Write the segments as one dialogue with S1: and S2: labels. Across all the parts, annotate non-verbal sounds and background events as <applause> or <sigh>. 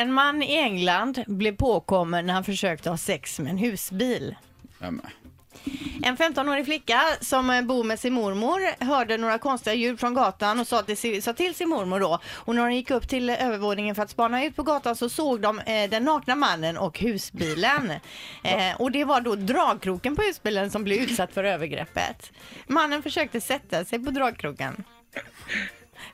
S1: En man i England blev påkommen när han försökte ha sex med en husbil.
S2: Ja, men.
S1: En 15-årig flicka som eh, bor med sin mormor hörde några konstiga ljud från gatan och sa till, sa till sin mormor då. Och när hon gick upp till eh, övervåningen för att spana ut på gatan så såg de eh, den nakna mannen och husbilen. Eh, och det var då dragkroken på husbilen som blev utsatt för övergreppet. Mannen försökte sätta sig på dragkroken.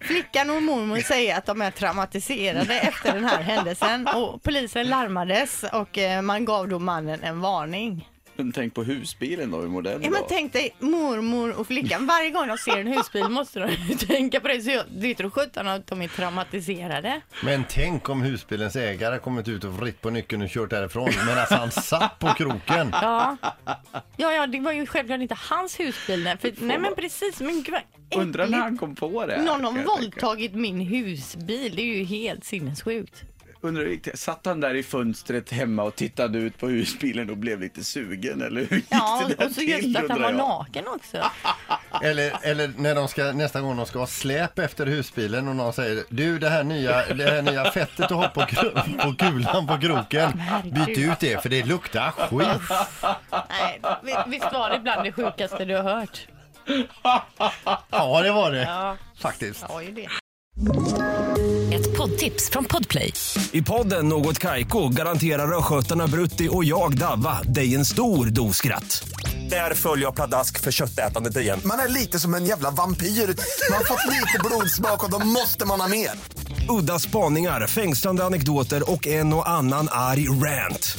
S1: Flickan och mormor säger att de är traumatiserade efter den här händelsen och polisen larmades och eh, man gav då mannen en varning.
S2: Men tänk på husbilen då, hur mår den
S1: Ja,
S2: då?
S1: men tänk dig mormor och flickan. Varje gång de ser en husbil måste de <laughs> tänka på det. Så jag, det tror sjutton att de är traumatiserade.
S3: Men tänk om husbilens ägare kommit ut och vritt på nyckeln och kört därifrån medan han satt på kroken.
S1: Ja. <laughs> ja, ja, det var ju självklart inte hans husbil. Nej, för, nej men precis. Men gud vad äckligt.
S2: Undrar när han kom på det. här,
S1: Någon har
S2: kan jag tänka.
S1: våldtagit min husbil. Det är ju helt sinnessjukt.
S2: Undrar hur gick det? Satt han där i fönstret hemma och tittade ut på husbilen och blev lite sugen eller hur gick
S1: Ja,
S2: det där
S1: och så
S2: till,
S1: just att han
S2: undrar
S1: var
S2: jag?
S1: naken
S2: <laughs>
S1: också.
S3: Eller, eller när de ska, nästa gång de ska ha släp efter husbilen och någon säger du det här nya, det här nya fettet du har på, gro- på kulan på kroken byt ut det för det luktar skit.
S1: Nej, vi- visst var det bland det sjukaste du har hört?
S3: Ja det var det
S1: Ja,
S3: faktiskt.
S1: ja ju det.
S4: Ett poddtips från Podplay.
S5: I podden Något Kaiko garanterar östgötarna Brutti och jag, Davva, dig en stor dos skratt. Där följer jag pladask för köttätandet igen.
S6: Man är lite som en jävla vampyr. Man har fått lite blodsmak och då måste man ha mer.
S5: Udda spaningar, fängslande anekdoter och en och annan arg rant.